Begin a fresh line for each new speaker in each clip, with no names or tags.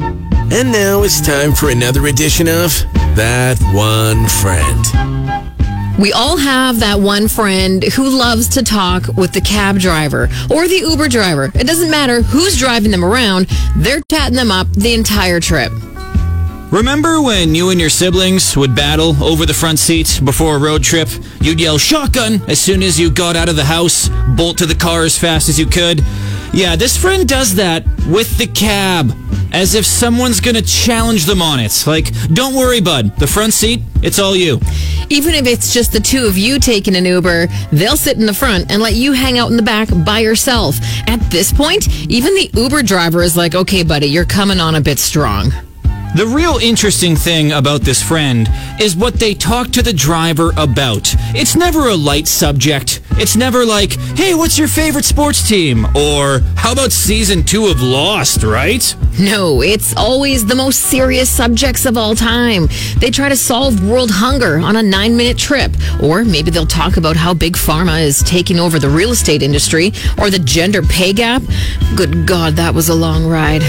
And now it's time for another edition of That One Friend.
We all have that one friend who loves to talk with the cab driver or the Uber driver. It doesn't matter who's driving them around, they're chatting them up the entire trip.
Remember when you and your siblings would battle over the front seat before a road trip? You'd yell shotgun as soon as you got out of the house, bolt to the car as fast as you could. Yeah, this friend does that with the cab, as if someone's gonna challenge them on it. Like, don't worry, bud, the front seat, it's all you.
Even if it's just the two of you taking an Uber, they'll sit in the front and let you hang out in the back by yourself. At this point, even the Uber driver is like, okay, buddy, you're coming on a bit strong.
The real interesting thing about this friend is what they talk to the driver about. It's never a light subject. It's never like, hey, what's your favorite sports team? Or, how about season two of Lost, right?
No, it's always the most serious subjects of all time. They try to solve world hunger on a nine minute trip. Or maybe they'll talk about how big pharma is taking over the real estate industry or the gender pay gap. Good God, that was a long ride.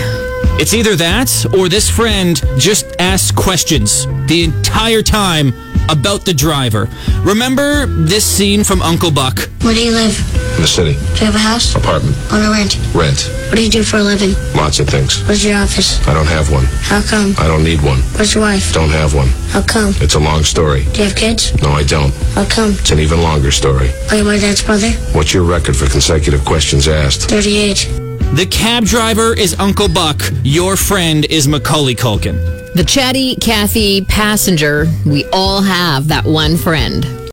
It's either that or this friend just asks questions the entire time about the driver. Remember this scene from Uncle Buck?
Where do you live?
In the city.
Do you have a house?
Apartment.
On a rent?
Rent.
What do you do for a living?
Lots of things.
Where's your office?
I don't have one.
How come?
I don't need one.
Where's your wife?
Don't have one.
How come?
It's a long story.
Do you have kids?
No, I don't.
How come?
It's an even longer story.
Are you my dad's brother?
What's your record for consecutive questions asked?
38.
The cab driver is Uncle Buck, your friend is Macaulay Culkin.
The chatty Kathy passenger, we all have that one friend.